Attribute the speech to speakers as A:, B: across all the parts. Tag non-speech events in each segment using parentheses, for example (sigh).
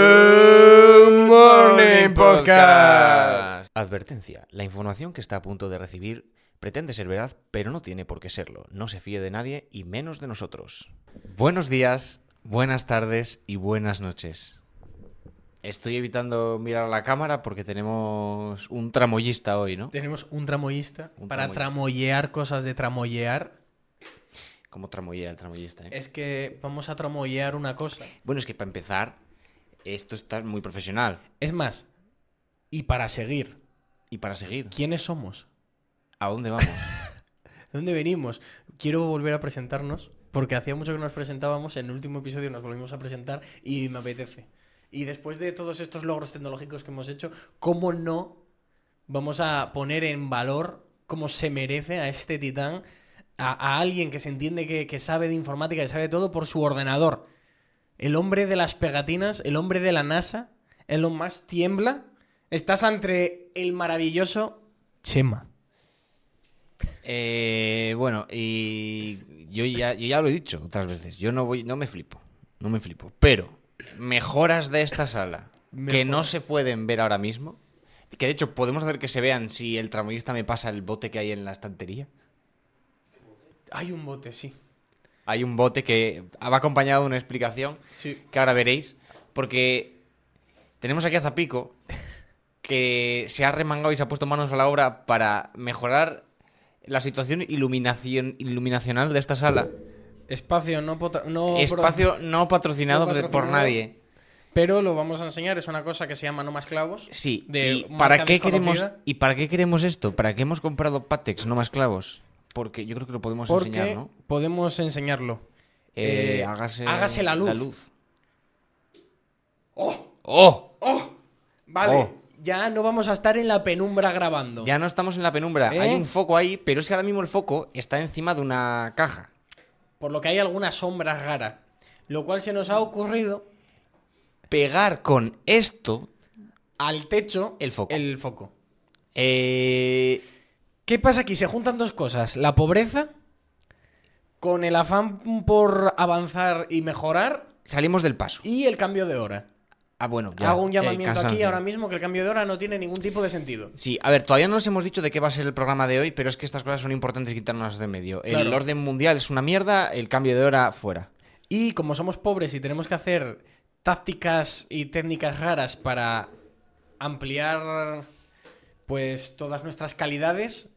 A: Good Morning Podcast.
B: Advertencia, la información que está a punto de recibir pretende ser verdad, pero no tiene por qué serlo. No se fíe de nadie y menos de nosotros. Buenos días, buenas tardes y buenas noches. Estoy evitando mirar a la cámara porque tenemos un tramoyista hoy, ¿no?
A: Tenemos un tramoyista
B: Un
A: para
B: tramoyista.
A: tramoyear cosas de tramoyear.
B: Como tramoyea el tramoyista, ¿eh?
A: Es que vamos a tramoyear una cosa.
B: Bueno, es que para empezar, esto está muy profesional.
A: Es más, y para seguir,
B: Y para seguir,
A: ¿quiénes somos?
B: ¿a dónde vamos?
A: ¿De dónde venimos? Quiero volver a presentarnos porque hacía mucho que nos presentábamos. En el último episodio nos volvimos a presentar y me apetece. Y después de todos estos logros tecnológicos que hemos hecho, ¿cómo no vamos a poner en valor como se merece a este titán, a, a alguien que se entiende que, que sabe de informática, que sabe de todo por su ordenador? El hombre de las pegatinas, el hombre de la NASA, Elon Musk tiembla. Estás entre el maravilloso Chema.
B: Eh, bueno, y yo ya, yo ya lo he dicho otras veces. Yo no voy, no me flipo, no me flipo. Pero mejoras de esta sala que no
A: Mejoras.
B: se pueden ver ahora mismo. Que de hecho podemos hacer que se vean si el tramoyista me pasa el bote que hay en la estantería.
A: Hay un bote, sí.
B: Hay un bote que va acompañado de una explicación
A: Sí.
B: que ahora veréis. Porque tenemos aquí a Zapico que se ha remangado y se ha puesto manos a la obra para mejorar la situación iluminación, iluminacional de esta sala.
A: Espacio no, pota- no
B: Espacio
A: pro-
B: no patrocinado,
A: no
B: por- por
A: patrocinado.
B: nadie.
A: Pero lo vamos a enseñar, es una cosa que se llama No más clavos.
B: Sí.
A: de
B: ¿Y
A: marca
B: para qué queremos
A: desconocida,
B: y para qué queremos esto? ¿Para qué hemos comprado Patex, no más clavos? Porque yo creo que lo podemos
A: Porque
B: enseñar, ¿no?
A: podemos enseñarlo.
B: Eh,
A: eh,
B: hágase,
A: hágase la luz.
B: ¡Oh! ¡Oh!
A: Vale,
B: Oh.
A: ya no vamos a estar en la penumbra grabando.
B: Ya no estamos en la penumbra.
A: ¿Eh?
B: Hay un foco ahí, pero es que ahora mismo el foco está encima de una caja.
A: Por lo que hay algunas sombras raras. Lo cual se nos ha ocurrido
B: Pegar con esto
A: al techo
B: El foco.
A: El foco.
B: eh,
A: ¿Qué pasa aquí? Se juntan dos cosas. La pobreza con el afán por avanzar y mejorar
B: salimos del paso.
A: y el cambio de hora.
B: Ah, bueno, ya,
A: Hago un
B: el
A: llamamiento aquí
B: cansancio.
A: ahora mismo que el cambio de hora no tiene ningún tipo de sentido.
B: Sí, a ver, todavía no nos hemos dicho de qué va a ser el programa de hoy, pero es que estas cosas son importantes quitarnos de medio. El
A: Claro.
B: orden mundial es una mierda, el cambio de hora fuera.
A: Y como somos pobres y tenemos que hacer tácticas y técnicas raras para ampliar pues todas nuestras calidades,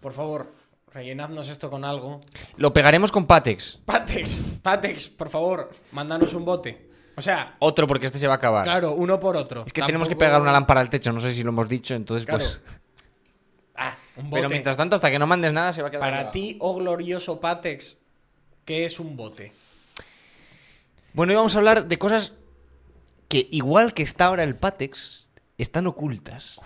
A: por favor, rellenadnos esto con algo.
B: Lo pegaremos con Patex.
A: Patex, Patex, por favor, mándanos un bote. O sea,
B: Otro porque este se va a acabar.
A: claro, uno por otro.
B: Es que tenemos que
A: Tampoco-
B: pegar una lámpara al techo, no sé si lo hemos dicho, entonces
A: Claro,
B: pues...
A: Ah, un bote.
B: Pero mientras tanto, hasta que no mandes nada, se va a quedar...
A: Para
B: grabado.
A: ti, oh glorioso Patex, ¿qué es un bote?
B: Bueno, hoy vamos a hablar de cosas que, igual que está ahora el Patex, están ocultas.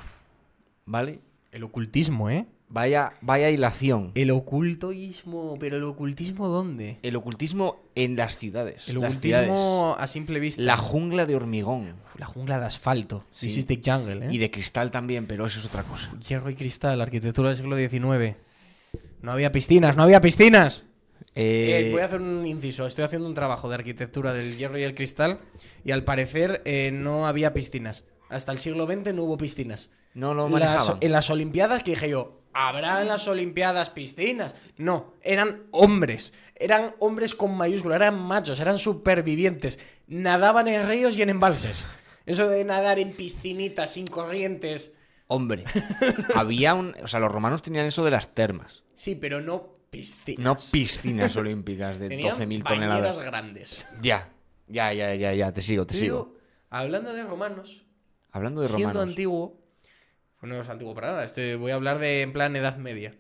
B: ¿Vale?
A: El ocultismo, ¿eh?
B: Vaya, vaya hilación.
A: El ocultoísmo, pero el ocultismo ¿dónde?
B: El ocultismo en las ciudades.
A: El
B: las
A: ocultismo a simple vista.
B: ciudades. La jungla de hormigón.
A: la jungla de asfalto.
B: Sí.
A: This is the jungle, ¿eh?
B: Y de cristal también, pero eso es otra cosa.
A: Hierro y cristal, arquitectura del siglo XIX. No había piscinas, no había piscinas. Eh, voy a hacer un inciso. Estoy haciendo un trabajo de arquitectura del hierro y el cristal y al parecer eh, no había piscinas. Hasta el siglo XX no hubo piscinas.
B: No lo
A: Las-
B: manejaban.
A: en las Olimpiadas que dije yo, ¿habrá en las Olimpiadas piscinas? No, eran hombres, eran hombres con mayúscula, eran machos, eran supervivientes, nadaban en ríos y en embalses. Eso de nadar en piscinitas sin corrientes, (laughs)
B: Hombre, había un... O sea, los romanos tenían eso de las termas.
A: sí, pero no piscinas.
B: No piscinas olímpicas de
A: Tenían
B: 12.000
A: bañeras
B: toneladas.
A: grandes.
B: Ya, ya, ya, ya, ya, te sigo, te sigo.
A: Pero, hablando de romanos,
B: Hablando de
A: siendo
B: romanos.
A: antiguo, pues no es antiguo para nada, estoy, voy a hablar de en plan Edad Media.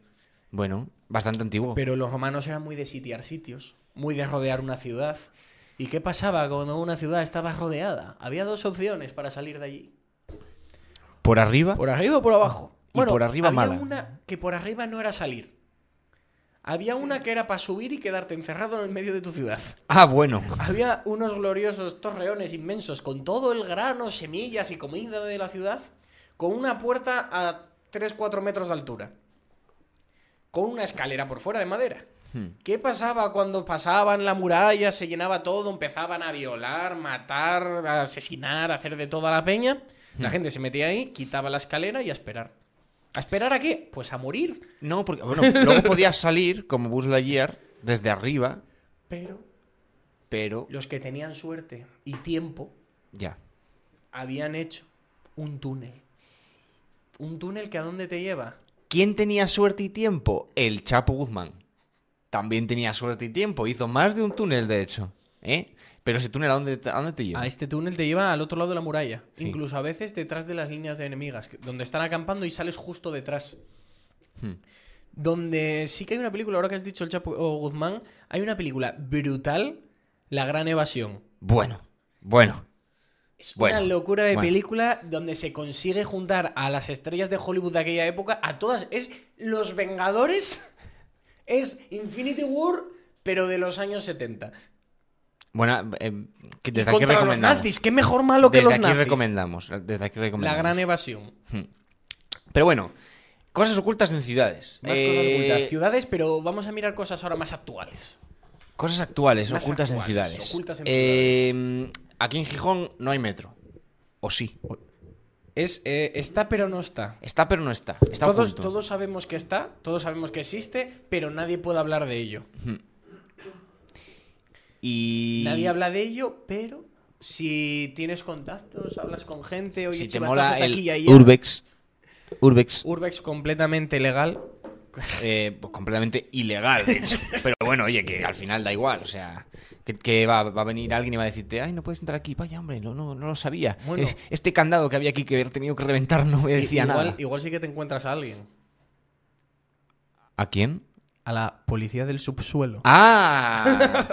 B: Bueno, bastante antiguo.
A: Pero los romanos eran muy de sitiar sitios, muy de rodear una ciudad. ¿Y qué pasaba cuando una ciudad estaba rodeada? Había dos opciones para salir de allí.
B: Por arriba,
A: Por arriba o por abajo.
B: Y por arriba
A: había
B: mala.
A: una que por arriba no era salir. Había una que era para subir y quedarte encerrado en el medio de tu ciudad.
B: Ah, bueno.
A: Había unos gloriosos torreones inmensos con todo el grano, semillas y comida de la ciudad, con una puerta a 3-4 metros de altura. Con una escalera por fuera de madera.
B: Hmm.
A: ¿Qué pasaba cuando pasaban la muralla, se llenaba todo, empezaban a violar, matar, a asesinar, a hacer de toda la peña? La
B: Hmm.
A: gente se metía ahí, quitaba la escalera y a esperar. ¿A esperar a qué? Pues a morir.
B: No, porque bueno,
A: (laughs)
B: luego podías salir como Buzz Lightyear desde arriba,
A: Pero
B: pero
A: los que tenían suerte y tiempo
B: ya.
A: habían hecho un túnel. Un túnel que a dónde te lleva?
B: ¿Quién tenía suerte y tiempo? El Chapo Guzmán. También tenía suerte y tiempo. Hizo más de un túnel, de hecho. ¿Eh? Pero ese túnel, ¿a dónde, te- a dónde te lleva?
A: A este túnel te lleva al otro lado de la muralla.
B: Sí.
A: Incluso a veces detrás de las líneas de enemigas, que- donde están acampando y sales justo detrás.
B: Hmm.
A: Donde sí que hay una película, ahora que has dicho el Chapo o Guzmán, hay una película brutal, La Gran Evasión.
B: Bueno, bueno.
A: Es
B: Bueno,
A: una locura de
B: bueno.
A: película donde se consigue juntar a las estrellas de Hollywood de aquella época, a todas. Es Los Vengadores, (laughs) es Infinity War, pero de los años 70.
B: Bueno, eh, que
A: Y
B: desde aquí
A: contra los
B: recomendamos.
A: nazis, qué mejor malo que
B: desde
A: los
B: aquí
A: nazis.
B: recomendamos. Desde aquí
A: La
B: recomendamos.
A: Gran Evasión.
B: Pero bueno, cosas ocultas en ciudades.
A: Más
B: Eh,
A: cosas ocultas. Ciudades, pero vamos a mirar cosas ahora más actuales.
B: Cosas actuales,
A: Más
B: ocultas en
A: actuales,
B: ciudades.
A: ocultas en
B: Eh, aquí en Gijón no hay metro. O sí.
A: Es, eh, está pero no está.
B: Está, pero no está. Está a
A: Todos,
B: punto.
A: todos sabemos que está, todos sabemos que existe, pero nadie puede hablar de ello.
B: Y
A: Nadie habla de ello, pero si tienes contactos, hablas con gente, oye,
B: si te
A: chivatazo,
B: mola
A: está
B: el
A: aquí y allá.
B: Urbex, Urbex
A: Urbex completamente legal.
B: eh, pues, completamente ilegal, de hecho. (laughs) Pero bueno, oye, que al final da igual. O sea, que, que va, va a venir alguien y va a decirte, ay, no puedes entrar aquí. Vaya, hombre, no, no, no lo sabía.
A: Bueno.
B: Es- este candado que había aquí que haber tenido que reventar no me decía
A: igual,
B: nada.
A: igual sí que te encuentras a alguien.
B: ¿A quién?
A: A la policía del subsuelo.
B: ¡Ah!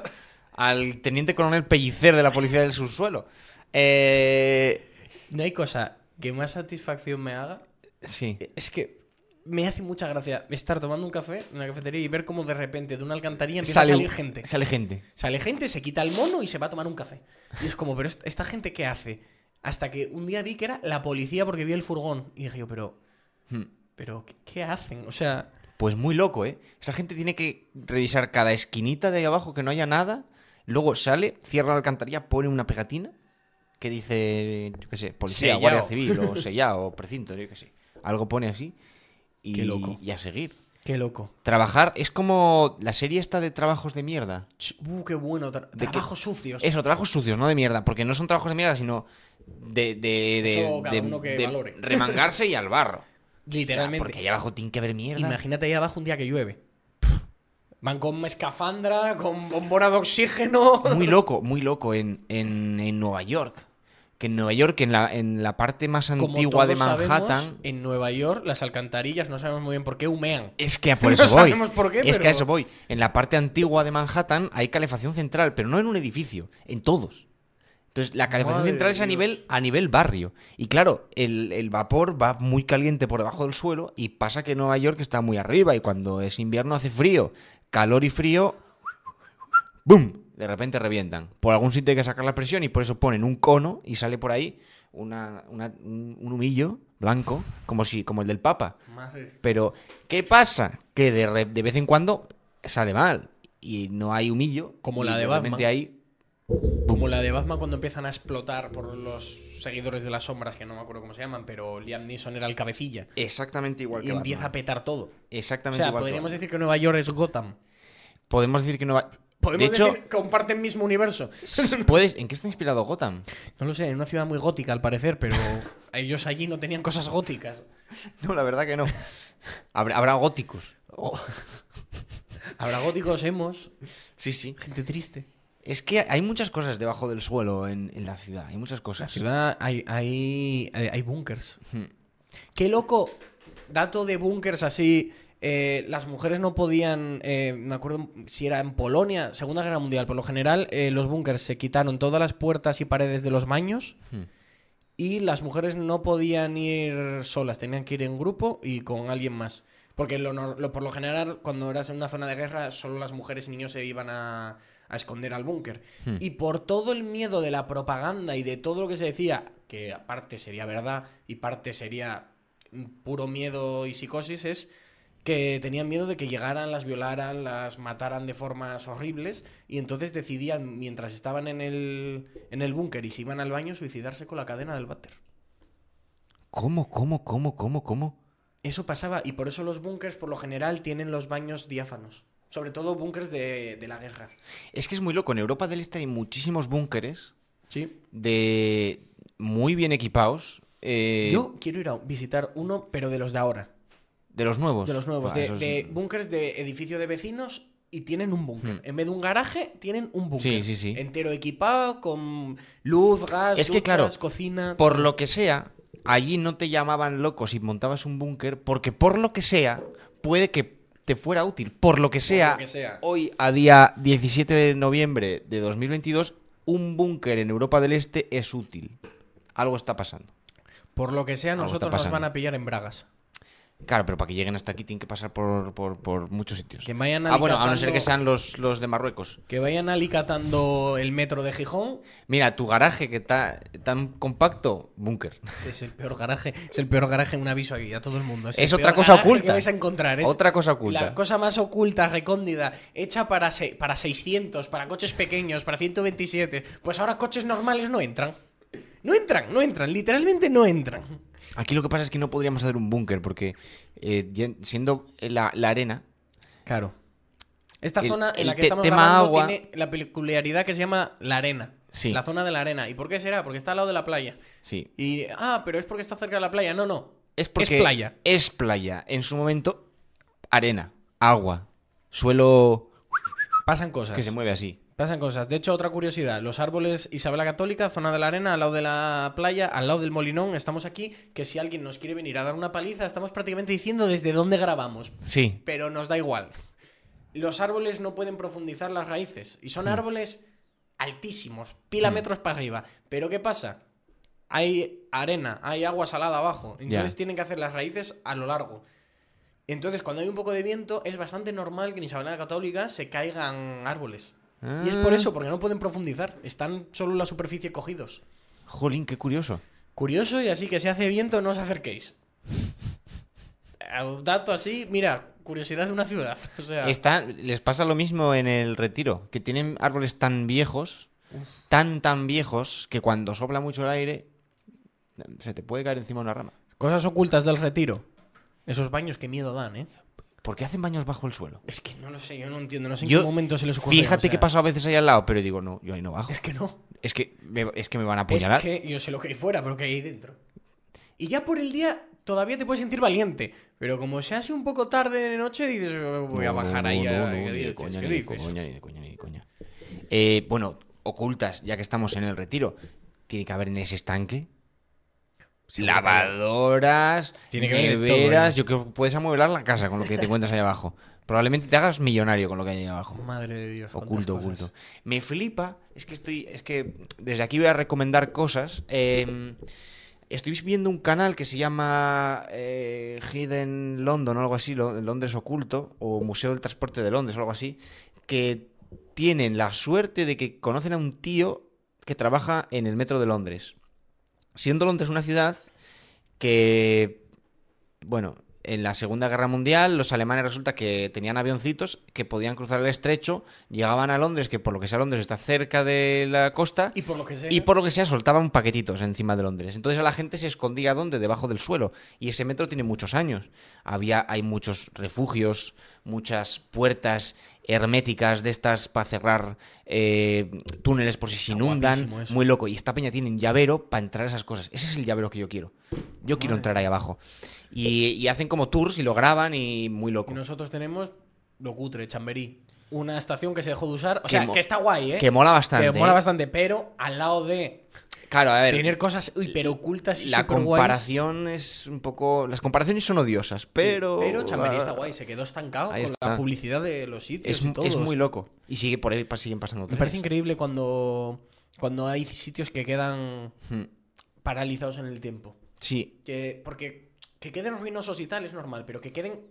B: Al teniente coronel Pellicer de la policía del subsuelo. Eh,
A: No hay cosa que más satisfacción me haga
B: sí.
A: Es que me hace mucha gracia estar tomando un café en una cafetería y ver cómo de repente de una alcantarilla empieza a salir gente.
B: Sale gente.
A: Sale gente, se quita el mono y se va a tomar un café. Y es como, pero est- ¿esta gente qué hace? Hasta que un día vi que era la policía porque vi el furgón. Y dije yo, pero,
B: Hmm.
A: pero ¿qué, qué hacen? O sea,
B: Pues muy loco, ¿eh? Esa gente tiene que revisar cada esquinita de ahí abajo que no haya nada. Luego sale, cierra la alcantarilla, pone una pegatina que dice, yo qué sé, policía,
A: Sellao.
B: guardia civil o sellado o precinto, yo qué sé. Algo pone así. Y,
A: Qué loco.
B: y a seguir.
A: qué loco.
B: Trabajar es como la serie esta de trabajos de mierda.
A: Ch- Uh, qué bueno. tra-
B: ¿De qué?
A: trabajos sucios.
B: Eso, trabajos sucios, no de mierda, porque no son trabajos de mierda, sino de, de, de-
A: Eso cada
B: de-
A: uno que
B: de
A: valore.
B: remangarse y al
A: (laughs)
B: barro. O sea,
A: Literalmente.
B: porque ahí abajo tiene que haber mierda.
A: Imagínate ahí abajo un día que llueve. Van con escafandra, con bombona de oxígeno.
B: muy loco, muy loco en, en- en Nueva York. Que en Nueva York, en la, en la parte más
A: Como
B: antigua de
A: todos
B: Manhattan.
A: sabemos, eh, en Nueva York las alcantarillas no sabemos muy bien por qué humean.
B: Es que a (laughs) por
A: (laughs) No
B: eso voy.
A: sabemos por qué,
B: es que a
A: pero-
B: eso voy. En la parte antigua de Manhattan hay calefacción central, pero no en un edificio, en todos. Entonces, la calefacción
A: Madre
B: central
A: de
B: es a
A: Dios.
B: nivel, a nivel barrio. Y claro, el, el vapor va muy caliente por debajo del suelo y pasa que Nueva York está muy arriba y cuando es invierno hace frío, calor y frío, ¡boom! De repente revientan. Por algún sitio hay que sacar la presión y por eso ponen un cono y sale por ahí una- una- un un humillo blanco, como, si, como el del Papa.
A: Madre.
B: Pero, ¿qué pasa? Que de, re- de vez en cuando sale mal y no hay humillo.
A: Como
B: y
A: la de Batman.
B: repente hay-
A: Como la de Batman cuando empiezan a explotar por los seguidores de las sombras, que no me acuerdo cómo se llaman, pero Liam Neeson era el cabecilla.
B: exactamente igual que
A: y empieza
B: Batman.
A: a petar todo. O
B: Exactamente
A: sea,
B: igual que
A: podríamos
B: Batman.
A: decir que Nueva York es Gotham.
B: Podemos decir que no va.
A: Podemos
B: de hecho,
A: decir que comparten mismo universo.
B: s- (laughs) puedes... ¿en qué está inspirado Gotham?
A: No lo sé, en una ciudad muy gótica al parecer, pero (laughs) ellos allí no tenían cosas góticas.
B: (laughs) No, la verdad que no. Habrá, habrá góticos.
A: Oh. (laughs) Habrá góticos, hemos,
B: Sí, sí.
A: gente triste.
B: Es que hay muchas cosas debajo del suelo en, en la ciudad. Hay muchas
A: La
B: cosas.
A: ciudad hay, hay, eh, hay hay búnkers.
B: Hmm.
A: Qué loco. Dato de búnkers así. eh, las mujeres no podían, eh, me acuerdo si era en Polonia, Segunda Guerra Mundial, por lo general eh, los búnkers se quitaron todas las puertas y paredes de los baños
B: Hmm.
A: y las mujeres no podían ir solas, tenían que ir en grupo y con alguien más. Porque lo, nor- lo- por lo general, cuando eras en una zona de guerra, solo las mujeres y niños se iban a, a esconder al búnker.
B: Hmm.
A: Y por todo el miedo de la propaganda y de todo lo que se decía, que aparte sería verdad y parte sería mm, puro miedo y psicosis, es que tenían miedo de que llegaran, las violaran, las mataran de formas horribles y entonces decidían, mientras estaban en el, en el búnker y se iban al baño, suicidarse con la cadena del váter.
B: ¿Cómo, cómo, cómo, cómo, cómo?
A: Eso pasaba y por eso los búnkers por lo general tienen los baños diáfanos. Sobre todo búnkers de, de la guerra.
B: Es que es muy loco. En Europa del Este hay muchísimos búnkeres
A: Sí.
B: de muy bien equipados. eh,
A: Yo quiero ir a visitar uno, pero de los de ahora.
B: de los nuevos.
A: De los nuevos.
B: Buah,
A: de
B: esos-
A: de búnkers de edificio de vecinos y tienen un búnker.
B: Hmm.
A: En vez de un garaje, tienen un búnker.
B: Sí, sí, sí.
A: Entero equipado, con luz, gas,
B: Es que, claro,
A: duchas, cocina.
B: Por lo que sea, allí no te llamaban loco si montabas un búnker, porque por lo que sea, puede que te fuera útil. Por lo que sea,
A: que sea.
B: hoy a día 17 de noviembre de 2022, un búnker en Europa del Este es útil. Algo está pasando.
A: Por lo que sea,
B: Algo está
A: nosotros nos
B: pasando.
A: van a pillar en bragas.
B: Claro, pero para que lleguen hasta aquí tienen que pasar por, por- por muchos sitios.
A: Que vayan
B: Ah, bueno, a no ser que
A: alicatando-
B: sean los, los de Marruecos.
A: Que vayan alicatando el metro de Gijón.
B: Mira, tu garaje que está tan compacto, búnker.
A: Es el peor garaje. Es el peor garaje, un aviso aquí a todo el mundo.
B: (laughs) Es
A: el
B: otra
A: peor
B: cosa
A: garaje
B: oculta.
A: que vais a encontrar. Es
B: Otra cosa oculta.
A: La cosa más oculta, recóndida, hecha para, se- para 600, para coches pequeños, para 127. Pues ahora coches normales no entran. No entran, no entran, literalmente no entran.
B: Aquí lo que pasa es que no podríamos hacer un búnker porque eh, ya- siendo la, la arena,
A: Claro. Esta
B: El-
A: zona en
B: el
A: la que
B: te-
A: estamos
B: tema
A: grabando
B: agua-
A: tiene la peculiaridad que se llama la arena.
B: Sí.
A: La zona de la arena. ¿Y por qué será? Porque está al lado de la playa.
B: sí.
A: Y, ah, pero es porque está cerca de la playa. No, no.
B: Es porque
A: playa.
B: Es playa. En su momento, arena, agua, suelo
A: Pasan cosas.
B: que se mueve así.
A: Pasan cosas. De hecho, otra curiosidad. Los árboles Isabel la Católica, zona de la arena, al lado de la playa, al lado del molinón, estamos aquí, que si alguien nos quiere venir a dar una paliza, estamos prácticamente diciendo desde dónde grabamos.
B: Sí.
A: Pero nos da igual. Los árboles no pueden profundizar las raíces. Y
B: Hmm.
A: son árboles altísimos, pila metros para arriba. Pero ¿qué pasa? Hay arena, hay agua salada abajo. Entonces
B: Ya.
A: tienen que hacer las raíces a lo largo. Entonces, cuando hay un poco de viento, es bastante normal que en Isabel la Católica se caigan árboles. Y es por
B: Ah.
A: eso, porque no pueden profundizar. Están solo en la superficie cogidos.
B: Jolín, qué curioso.
A: Curioso, y así que si hace viento, no os acerquéis. Eh, un Dato así, mira, curiosidad de una ciudad. (laughs) O sea,
B: Está, les pasa lo mismo en el retiro, que tienen árboles tan viejos, tan, tan viejos, que cuando sopla mucho el aire, se te puede caer encima una rama.
A: cosas ocultas del retiro. Esos baños, qué miedo dan, ¿eh?
B: ¿Por qué hacen baños bajo el suelo?
A: Es que no lo sé, yo no entiendo, no sé en
B: Yo-
A: qué momento se les ocurre.
B: Fíjate
A: o sea,
B: que pasa a veces ahí al lado, pero digo, no, yo ahí no bajo.
A: Es que no.
B: Es que me, es que me van a
A: Es
B: apuñalar.
A: que yo sé lo que hay fuera, pero que hay dentro. Y ya por el día todavía te puedes sentir valiente. Pero como se hace un poco tarde de noche, dices, "Eh, voy a
B: No, no,
A: bajar
B: no,
A: ahí.
B: no,
A: a-
B: no,
A: ¿qué
B: ni de
A: dices?
B: coña,
A: ¿Qué
B: ni de
A: dices?".
B: coña, ni de coña, ni de coña. Eh, bueno, ocultas, ya que estamos en el retiro, tiene que haber en ese estanque lavadoras,
A: Tiene que haber de todo,
B: neveras.
A: ¿eh?
B: Yo creo que puedes amueblar la casa con lo que te encuentras ahí abajo. Probablemente te hagas millonario con lo que hay ahí abajo.
A: Oh, Madre de Dios. cuántas
B: Oculto,
A: cosas.
B: oculto. Me flipa, es que estoy, es que desde aquí voy a recomendar cosas. Eh, estoy viendo un canal que se llama eh, Hidden London o algo así, Lo- Londres Oculto, o Museo del Transporte de Londres o algo así, que tienen la suerte de que conocen a un tío que trabaja en el metro de Londres. Siendo Londres una ciudad que bueno, en la Segunda Guerra Mundial los alemanes resulta que tenían avioncitos que podían cruzar el estrecho, llegaban a Londres, que por lo que sea Londres está cerca de la costa,
A: Y por lo que sea.
B: y por lo que sea soltaban paquetitos encima de Londres. Entonces a la gente se escondía ¿dónde? Debajo del suelo. Y ese metro tiene muchos años. Había, hay muchos refugios, muchas puertas herméticas de estas para cerrar eh, túneles por si se
A: Está
B: inundan.
A: guapísimo eso.
B: Muy loco. Y esta peña tiene un llavero para entrar a esas cosas. Ese es el llavero que yo quiero. Yo quiero
A: Madre.
B: entrar ahí abajo. Y, y hacen como tours y lo graban y muy
A: Y
B: loco.
A: nosotros tenemos lo cutre, Chamberí. Una estación que se dejó de usar. O sea,
B: mo-
A: que está guay, ¿eh?
B: Que mola bastante.
A: Que mola
B: ¿eh?
A: bastante, pero al lado de
B: Claro, a ver.
A: tener cosas hiper ocultas y
B: La
A: superguays.
B: comparación es un poco. Las comparaciones son odiosas,
A: Sí,
B: pero. ah,
A: Pero Chamberí está guay, se quedó estancado
B: Ahí
A: con la
B: está.
A: publicidad de los sitios.
B: Es,
A: y todo.
B: es muy loco. Y sigue por ahí pa- siguen pasando
A: Me
B: trenes.
A: parece increíble cuando, cuando hay sitios que quedan
B: Hmm.
A: paralizados en el tiempo.
B: Sí,
A: Que, porque que queden ruinosos y tal es normal, pero que queden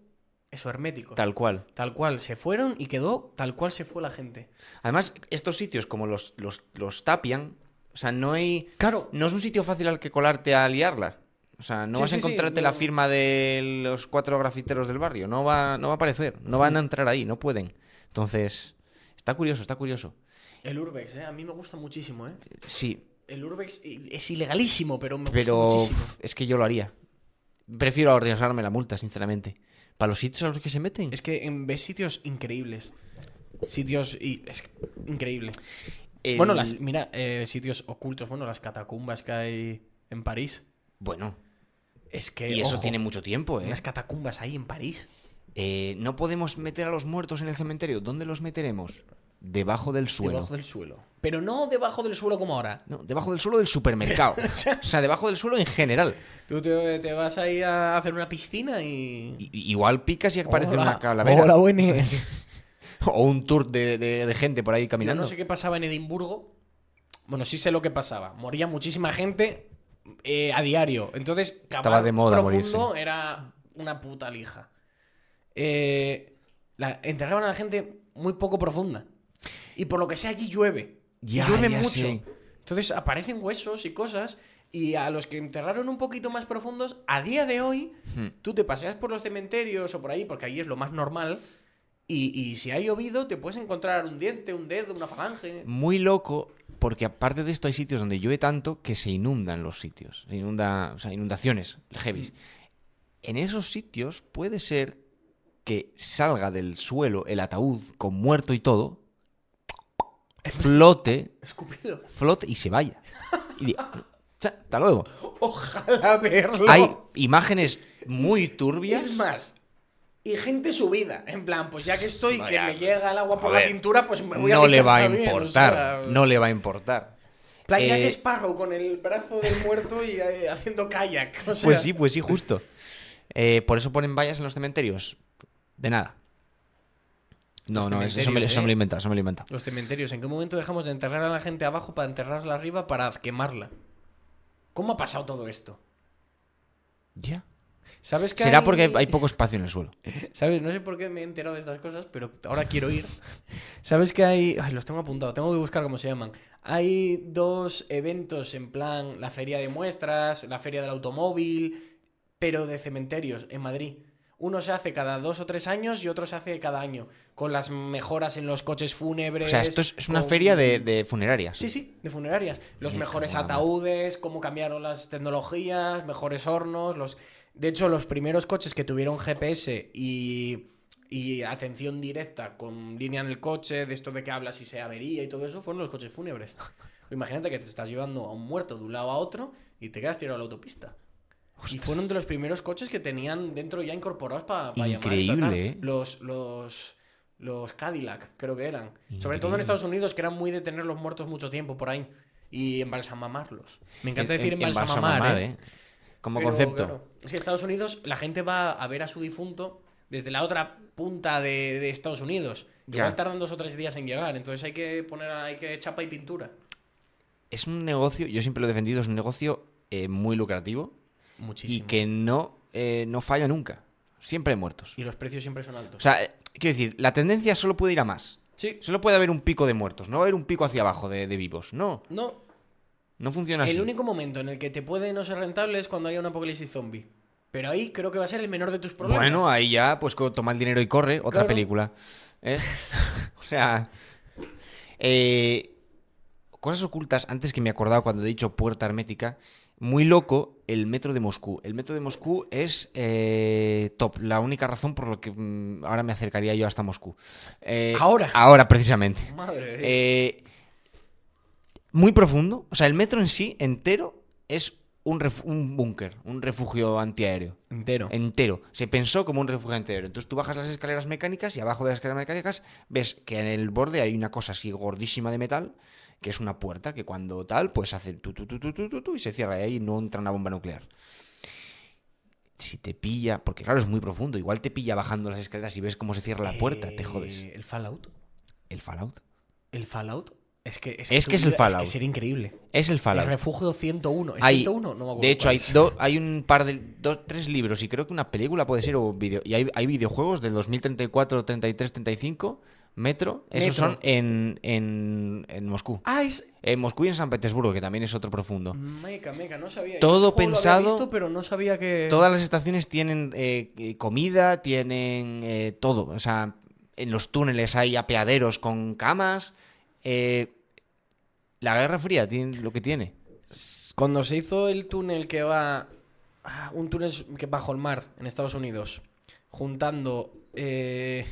A: eso, herméticos.
B: tal cual.
A: Tal cual se fueron y quedó tal cual se fue la gente.
B: Además, estos sitios, como los, los, los tapian, o sea, no hay.
A: Claro,
B: No es un sitio fácil al que colarte a liarla. O sea, no
A: Sí,
B: vas a
A: sí, sí,
B: encontrarte
A: no.
B: la firma de los cuatro grafiteros del barrio. No va, no va a aparecer. No van a entrar ahí, no pueden. Entonces, está curioso, está curioso.
A: El Urbex, ¿eh? A mí me gusta muchísimo, ¿eh?
B: Sí,
A: El Urbex i- es ilegalísimo, pero me gusta
B: pero
A: muchísimo.
B: uf, es que yo lo haría. Prefiero arriesgarme la multa, sinceramente. Para los sitios a los que se meten.
A: Es que en- ves sitios increíbles. Sitios... Y, es que- increíble.
B: El-
A: Bueno, las... Mira, eh, sitios ocultos. Bueno, las catacumbas que hay en París.
B: Bueno,
A: Es que...
B: y eso
A: eh, ojo,
B: tiene mucho tiempo, ¿eh?
A: Unas catacumbas ahí en París.
B: Eh, No podemos meter a los muertos en el cementerio. ¿Dónde los meteremos? Debajo del suelo.
A: Debajo del suelo. Pero no debajo del suelo como ahora.
B: No, debajo del suelo del
A: (laughs)
B: supermercado. o sea, debajo del suelo en general.
A: Tú te, te vas ahí a hacer una piscina y...
B: I- i- igual picas y aparece
A: Hola.
B: una calavera. (laughs)
A: Hola, buenas.
B: O un tour de, de- de gente por ahí
A: Yo
B: caminando.
A: no sé qué pasaba en Edimburgo. Bueno, sí sé lo que pasaba. Moría muchísima gente eh, a diario. Entonces,
B: Estaba de moda
A: profundo era una puta lija. Eh, la, enterraban a la gente muy poco profunda. Y por lo que sea, allí llueve. Y
B: Ya,
A: llueve
B: ya
A: mucho.
B: sé.
A: Entonces aparecen huesos y cosas. Y a los que enterraron un poquito más profundos, a día de hoy,
B: Hmm.
A: tú te paseas por los cementerios o por ahí, porque ahí es lo más normal. Y, y si ha llovido, te puedes encontrar un diente, un dedo, una falange.
B: Muy loco, porque aparte de esto hay sitios donde llueve tanto que se inundan los sitios. Se inunda, o sea, inundaciones,
A: Mm.
B: heavy. En esos sitios puede ser que salga del suelo el ataúd con muerto y todo, flote,
A: Escupido. (laughs)
B: flote y se vaya. Y di- "Cha, hasta luego.
A: Ojalá verlo.
B: Hay imágenes muy turbias.
A: es más. Y gente subida. En plan, pues ya que estoy, que
B: Vaya.
A: me llega el agua por
B: A
A: la
B: ver,
A: cintura, pues me voy a
B: no
A: mi
B: le va a
A: casa bien, o
B: importar.
A: sea,
B: No le va a importar.
A: plan, Jack
B: eh,
A: Sparrow con el brazo del muerto y eh, haciendo kayak. o sea,
B: Pues sí, pues sí, justo. Eh, por eso ponen vallas en los cementerios. De nada. No,
A: Los
B: no, eso me, lo-
A: cementerios,
B: eso me
A: ¿eh?
B: lo inventa, eso me lo inventa.
A: Los cementerios, ¿en qué momento dejamos de enterrar a la gente abajo para enterrarla arriba para quemarla? ¿Cómo ha pasado todo esto?
B: Ya.
A: ¿Sabes que
B: Será porque hay poco espacio en el suelo.
A: ¿Sabes? No sé por qué me he enterado de estas cosas, pero ahora quiero ir. ¿Sabes que hay. Ay, los tengo apuntados, tengo que buscar cómo se llaman. Hay dos eventos en plan la feria de muestras, la feria del automóvil, pero de cementerios en Madrid. Uno se hace cada dos o tres años y otro se hace cada año, con las mejoras en los coches
B: O
A: fúnebres.
B: sea, esto es, es una
A: con-
B: feria de, de funerarias.
A: Sí, sí, de funerarias. Los
B: Me
A: mejores
B: cago en la
A: ataúdes, cómo cambiaron las tecnologías, mejores hornos, los... De hecho, los primeros coches que tuvieron GPS y, y atención directa con línea en el coche, de esto de que hablas y se avería y todo eso, fueron los coches fúnebres. (laughs) Imagínate que te estás llevando a un muerto de un lado a otro y te quedas tirado a la autopista. Y fueron de los primeros coches que tenían dentro ya incorporados para
B: Increíble, ¿eh?
A: Los, los, los Cadillac, creo que eran. Sobre todo
B: Increíble.
A: en Estados Unidos, que eran muy de tener los muertos mucho tiempo por ahí. Y embalsamamarlos. Me encanta decir embalsamamar,
B: Embalsamamar,
A: ¿eh?
B: ¿eh? Como
A: Pero,
B: concepto.
A: claro, es que Estados Unidos, la gente va a ver a su difunto desde la otra punta de, de Estados Unidos.
B: Ya.
A: Igual tardan dos o tres días en llegar. Entonces hay que poner, hay que chapa y pintura.
B: Es un negocio, yo siempre lo he defendido, es un negocio eh, muy lucrativo
A: Muchísimo.
B: y que no, eh, no falla nunca. Siempre hay muertos.
A: Y los precios siempre son altos.
B: O sea, eh, quiero decir, la tendencia solo puede ir a más.
A: sí.
B: Solo puede haber un pico de muertos, no va a haber un pico hacia abajo de, de vivos. No,
A: No,
B: no funciona así.
A: El único momento en el que te puede no ser rentable es cuando haya un apocalipsis zombie. Pero ahí creo que va a ser el menor de tus problemas.
B: Bueno, ahí ya, pues co- toma el dinero y corre, otra
A: Claro.
B: película. ¿eh? (laughs) o sea. eh, cosas ocultas, antes que me he acordado cuando he dicho puerta hermética, muy loco el metro de Moscú. El metro de Moscú es eh, top, la única razón por la que mm, ahora me acercaría yo hasta Moscú. Eh,
A: Ahora.
B: Ahora, precisamente.
A: Madre de-
B: Eh, muy profundo. O sea, el metro en sí, entero, es un, ref- un búnker, un refugio antiaéreo.
A: Entero.
B: Entero. Se pensó como un refugio antiaéreo. Entonces tú bajas las escaleras mecánicas y abajo de las escaleras mecánicas ves que en el borde hay una cosa así gordísima de metal, que es una puerta que cuando tal, pues hace tu, tu, tu, tu, tu, tu, tu, y se cierra y ahí no entra una bomba nuclear. Si te pilla, porque claro, es muy profundo, igual te pilla bajando las escaleras y ves cómo se cierra la puerta, te jodes.
A: Eh, El Fallout.
B: El Fallout.
A: El Fallout. Es que es,
B: Es
A: tu
B: que es el
A: vida-
B: Fallout.
A: que sería increíble.
B: Es el Fallout.
A: El refugio 101. ¿Es
B: Hay-
A: 101? No me acuerdo.
B: de hecho,
A: cuál
B: hay,
A: es.
B: do- hay un par de dos, tres libros y creo que una película puede ser o un vídeo. Y hay, hay videojuegos del 2034, 33, 35 Metro, esos
A: Metro.
B: son en, en, en Moscú.
A: Ah, es.
B: En Moscú y en San Petersburgo, que también es otro
A: Mm.
B: profundo.
A: Meca, meca, no sabía. Yo
B: Todo
A: ese juego lo había
B: pensado-
A: visto, pero no sabía que.
B: Todas las estaciones tienen eh, eh, comida, tienen eh, todo. O sea, en los túneles hay apeaderos con camas. eh, la Guerra Fría tiene lo que tiene.
A: Cuando se hizo el túnel que va. ah, Un túnel que bajo el mar en Estados Unidos. Juntando. eh,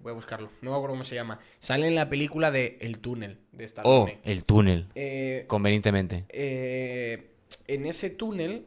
A: Voy a buscarlo. No me acuerdo cómo se llama. Sale en la película de El túnel
B: Oh,
A: de Stallone.
B: el túnel,
A: Eh,
B: convenientemente.
A: eh, en ese túnel,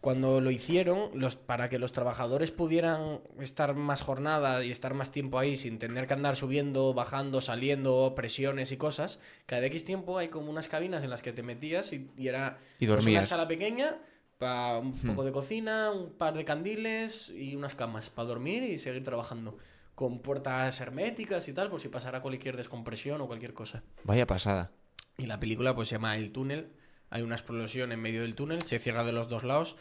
A: cuando lo hicieron, los, para que los trabajadores pudieran estar más jornada y estar más tiempo ahí sin tener que andar subiendo, bajando, saliendo, presiones y cosas, cada X tiempo hay como unas cabinas en las que te metías y, y era
B: Y
A: pues, una
B: dormías.
A: sala pequeña. Para un poco de cocina, un par de candiles y unas camas para dormir y seguir trabajando. Con puertas herméticas y tal, por si pasara cualquier descompresión o cualquier cosa.
B: Vaya pasada.
A: Y la película pues se llama El túnel. Hay una explosión en medio del túnel, se cierra de los dos lados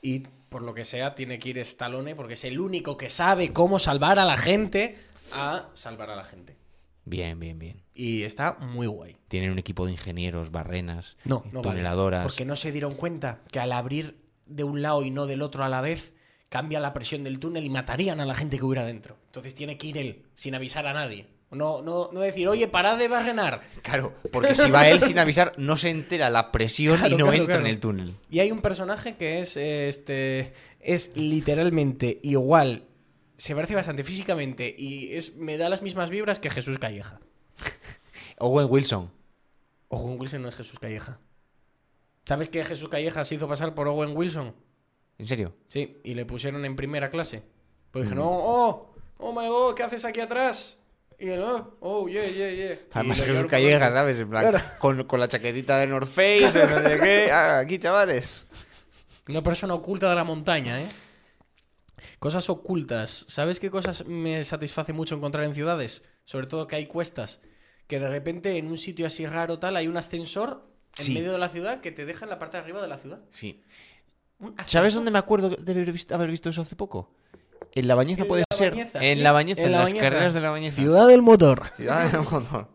A: y por lo que sea tiene que ir Stallone porque es el único que sabe cómo salvar a la gente a salvar a la gente.
B: Bien, bien, bien.
A: Y está muy guay.
B: Tienen un equipo de ingenieros, barrenas,
A: No, no vale,
B: tuneladoras.
A: porque no se dieron cuenta que al abrir de un lado y no del otro a la vez cambia la presión del túnel y matarían a la gente que hubiera dentro. Entonces tiene que ir él sin avisar a nadie. No, no, no decir, oye, parad de barrenar. (laughs)
B: Claro, porque si va él sin avisar, no se entera la presión
A: Claro,
B: y no
A: claro,
B: entra
A: claro.
B: en el túnel.
A: Y hay un personaje que es eh, este. Es literalmente igual. Se parece bastante físicamente y es, me da las mismas vibras que Jesús Calleja.
B: Owen Wilson.
A: Owen Wilson no es Jesús Calleja. ¿Sabes que Jesús Calleja se hizo pasar por Owen Wilson?
B: ¿En serio?
A: Sí, y le pusieron en primera clase. Pues dije, no,
B: Mm.
A: oh, oh my god, ¿qué haces aquí atrás? Y él, oh, oh, yeah, yeah, yeah. Y
B: Además,
A: lo
B: Jesús
A: llevaron por
B: Calleja,
A: dentro.
B: ¿sabes? En plan,
A: Claro.
B: con, con la chaquetita de North Face, de no sé qué. Ah, aquí, chavales.
A: Una persona oculta de la montaña, ¿eh? Cosas ocultas. ¿Sabes qué cosas me satisface mucho encontrar en ciudades? Sobre todo que hay cuestas. Que de repente en un sitio así raro tal hay un ascensor en
B: Sí.
A: medio de la ciudad que te deja en la parte de arriba de la ciudad.
B: Sí.
A: Un ascensor.
B: ¿Sabes dónde me acuerdo de haber visto, haber visto eso hace poco? En la bañeza
A: En
B: puede
A: La
B: ser.
A: Bañeza,
B: en
A: sí.
B: la bañeza,
A: En
B: en,
A: La
B: las
A: Bañeza.
B: carreras de la bañeza.
A: del motor.
B: Ciudad del motor.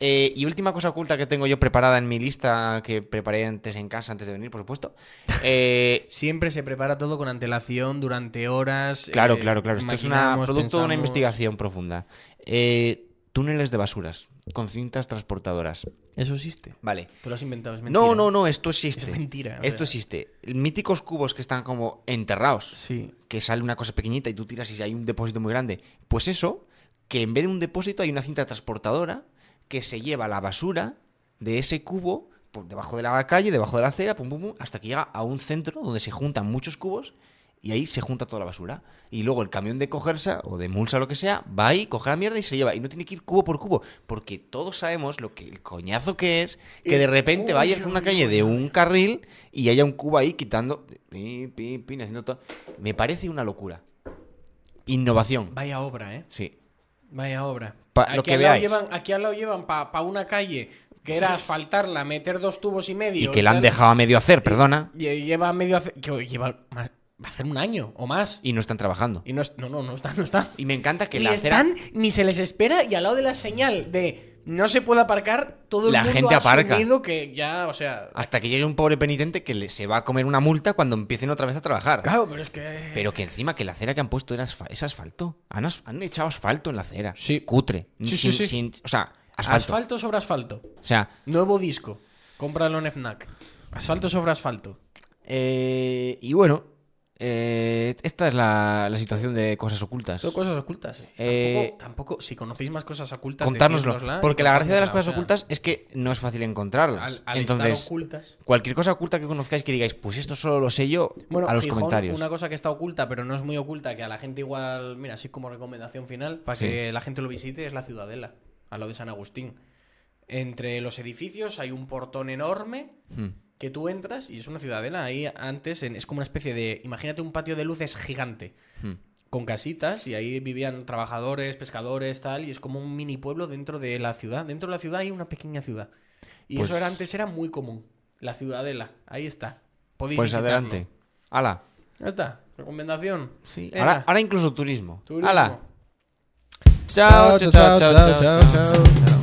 B: Eh, y última cosa oculta que tengo yo preparada en mi lista que preparé antes en casa, antes de venir, por
A: (laughs)
B: supuesto. Eh,
A: Siempre se prepara todo con antelación, durante horas.
B: Claro,
A: eh,
B: claro, claro. Esto es una,
A: maquinamos,
B: producto de una
A: pensamos.
B: investigación profunda. Eh, túneles de basuras con cintas transportadoras.
A: Eso existe.
B: Vale.
A: Tú lo has inventado, es mentira.
B: No, no, no, esto existe.
A: Es mentira. o
B: Esto
A: sea,
B: existe. Míticos cubos que están como enterrados,
A: Sí.
B: que sale una cosa pequeñita y tú tiras y hay un depósito muy grande. Pues eso, que en vez de un depósito hay una cinta transportadora que se lleva la basura de ese cubo por debajo de la calle, debajo de la acera, pum, pum, pum, hasta que llega a un centro donde se juntan muchos cubos y ahí se junta toda la basura. Y luego el camión de cogerse o de mulsa o lo que sea va ahí, coge la mierda y se lleva. Y no tiene que ir cubo por cubo, porque todos sabemos lo que el coñazo que es que
A: Eh,
B: de repente
A: uy,
B: vayas por una
A: uy,
B: calle
A: uy,
B: de
A: uy.
B: un carril y haya un cubo ahí quitando, pin, pin, pin, haciendo todo. Me parece una locura. Innovación.
A: Vaya obra, ¿eh?
B: Sí.
A: Vaya obra.
B: Pa- lo que
A: al lado
B: veáis.
A: llevan, aquí al lado llevan para una calle que era asfaltarla, meter dos tubos y medio.
B: Y que la han
A: tal,
B: dejado a medio hacer, perdona,
A: lle- Lleva medio. hace- que lleva más, va a hacer un año o más. Y,
B: y no están trabajando.
A: no, es- no, no, no están, no están.
B: Y me encanta que
A: ni
B: la acera-
A: están, ni se les espera. Y al lado de la señal de no se puede aparcar, todo el
B: La
A: mundo
B: gente
A: ha
B: aparca.
A: asumido que ya, o sea.
B: Hasta que llegue un pobre penitente que le- se va a comer una multa cuando empiecen otra vez a trabajar.
A: Claro, pero es que.
B: Pero que encima que la acera que han puesto era asfa- es asfalto. Han, as- han echado asfalto en la acera.
A: Sí.
B: Cutre.
A: Sí,
B: Sin-
A: sí, sí.
B: sin- o sea, asfalto.
A: asfalto sobre asfalto.
B: O sea,
A: Nuevo disco. Cómpralo en Fnac. Asfalto sobre asfalto.
B: eh, y bueno, eh, esta es la, la situación de cosas ocultas.
A: Son cosas ocultas.
B: Eh,
A: tampoco, tampoco- si conocéis más cosas ocultas,
B: Contárnoslo.
A: decídnosla y
B: Porque la gracia de las
A: contárnosla,
B: cosas
A: o sea,
B: ocultas es que no es fácil encontrarlas.
A: al, al estar
B: Entonces,
A: ocultas.
B: cualquier cosa oculta que conozcáis que digáis, pues esto solo lo sé yo,
A: Bueno,
B: a los
A: Gijón,
B: comentarios.
A: Una cosa que está oculta, pero no es muy oculta, que a la gente igual, mira, así como recomendación final, para
B: Sí.
A: que la gente lo visite, es la Ciudadela, al lado de San Agustín. Entre los edificios hay un portón enorme
B: Hmm.
A: que tú entras y es una ciudadela. Ahí antes en- es como una especie de. Imagínate un patio de luces gigante.
B: Hmm.
A: con casitas y ahí vivían trabajadores, pescadores, tal, y es como un mini pueblo dentro de la ciudad. Dentro de la ciudad hay una pequeña ciudad. Y
B: Pues-
A: eso era antes era muy común. La ciudadela, ahí está. Podéis
B: Pues
A: visitarlo.
B: adelante. Ala.
A: Ya está, recomendación.
B: Sí.
A: Venga.
B: Ahora, ahora incluso turismo.
A: Turismo.
B: Ala.
A: Chao.
B: chao, chao, chao, chao, chao. chao.